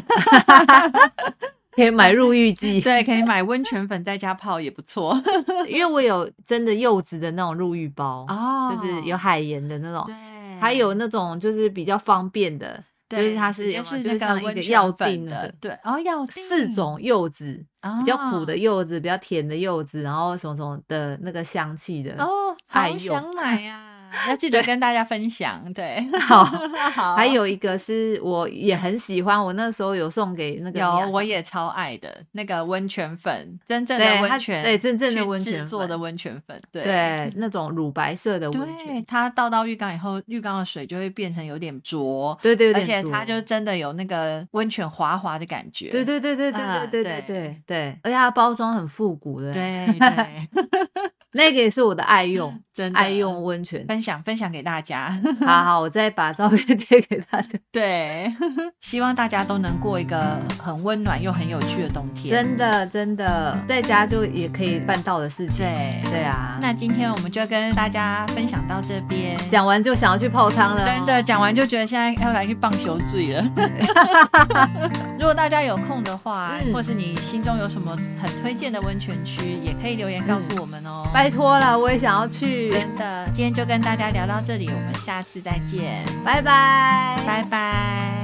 Speaker 2: 可以买入 浴剂，
Speaker 1: 对，可以买温泉粉在家泡也不 错。
Speaker 2: 因为我有真的柚子的那种入浴包，
Speaker 1: 哦
Speaker 2: 就是有海盐的那种
Speaker 1: 对，，
Speaker 2: 还有那种就是比有方便的，就
Speaker 1: 对
Speaker 2: 是它
Speaker 1: 直
Speaker 2: 是
Speaker 1: 接
Speaker 2: 有没有
Speaker 1: 是
Speaker 2: 就
Speaker 1: 那
Speaker 2: 是像一
Speaker 1: 温
Speaker 2: 个
Speaker 1: 泉
Speaker 2: 药
Speaker 1: 粉
Speaker 2: 定
Speaker 1: 的
Speaker 2: 的，
Speaker 1: 对，哦，药定
Speaker 2: 四种柚子，比较苦的
Speaker 1: 啊
Speaker 2: 柚子，比较甜的柚子，然后什么什么的那个香气的。
Speaker 1: 哦，
Speaker 2: 还
Speaker 1: 好
Speaker 2: 有
Speaker 1: 想买呀、要记得跟大家分享。对，
Speaker 2: 好
Speaker 1: 好，
Speaker 2: 还有一个是我也很喜欢，我那时候有送给那个啊米娅
Speaker 1: 有，我
Speaker 2: 桑
Speaker 1: 也超爱的那个温泉粉，真正
Speaker 2: 对
Speaker 1: 的
Speaker 2: 它
Speaker 1: 温泉，
Speaker 2: 对真正的温
Speaker 1: 去制
Speaker 2: 泉
Speaker 1: 作的
Speaker 2: 粉
Speaker 1: 温泉粉，对。
Speaker 2: 对那种乳白色的温
Speaker 1: 对，
Speaker 2: 泉，
Speaker 1: 它倒到浴缸以后，浴缸的水就会变成有点浊，
Speaker 2: 对对，有
Speaker 1: 而
Speaker 2: 点
Speaker 1: 且
Speaker 2: 浊
Speaker 1: 它就真的有那个温泉滑滑的感觉。
Speaker 2: 对对对对
Speaker 1: 啊
Speaker 2: 对对对
Speaker 1: 对
Speaker 2: 对对对，而且它包装很复古的，
Speaker 1: 对对，
Speaker 2: 那个也是我的爱用，
Speaker 1: 嗯真的
Speaker 2: 爱用温泉。
Speaker 1: 分享分享给大 家。
Speaker 2: 好好，我再把照片 贴给大家。
Speaker 1: 对， 希望大家都能过一个很温暖又很有趣的冬天。
Speaker 2: 真的真的，在家就也可以办到的事情。
Speaker 1: 对
Speaker 2: 对啊，
Speaker 1: 那今天我们就跟大家分享到这边。
Speaker 2: 讲完就想要去泡汤了哦、
Speaker 1: 真的讲完就觉得现在要来去棒球醉 了。如果大家有空的话，
Speaker 2: 嗯
Speaker 1: 或是你心中有什么很推荐的温泉区，也可以留言告诉我们哦。
Speaker 2: 嗯拜托了，我也想要去。
Speaker 1: 真的，今天就跟大家聊到这里，我们下次再见，
Speaker 2: 拜拜，
Speaker 1: 拜拜。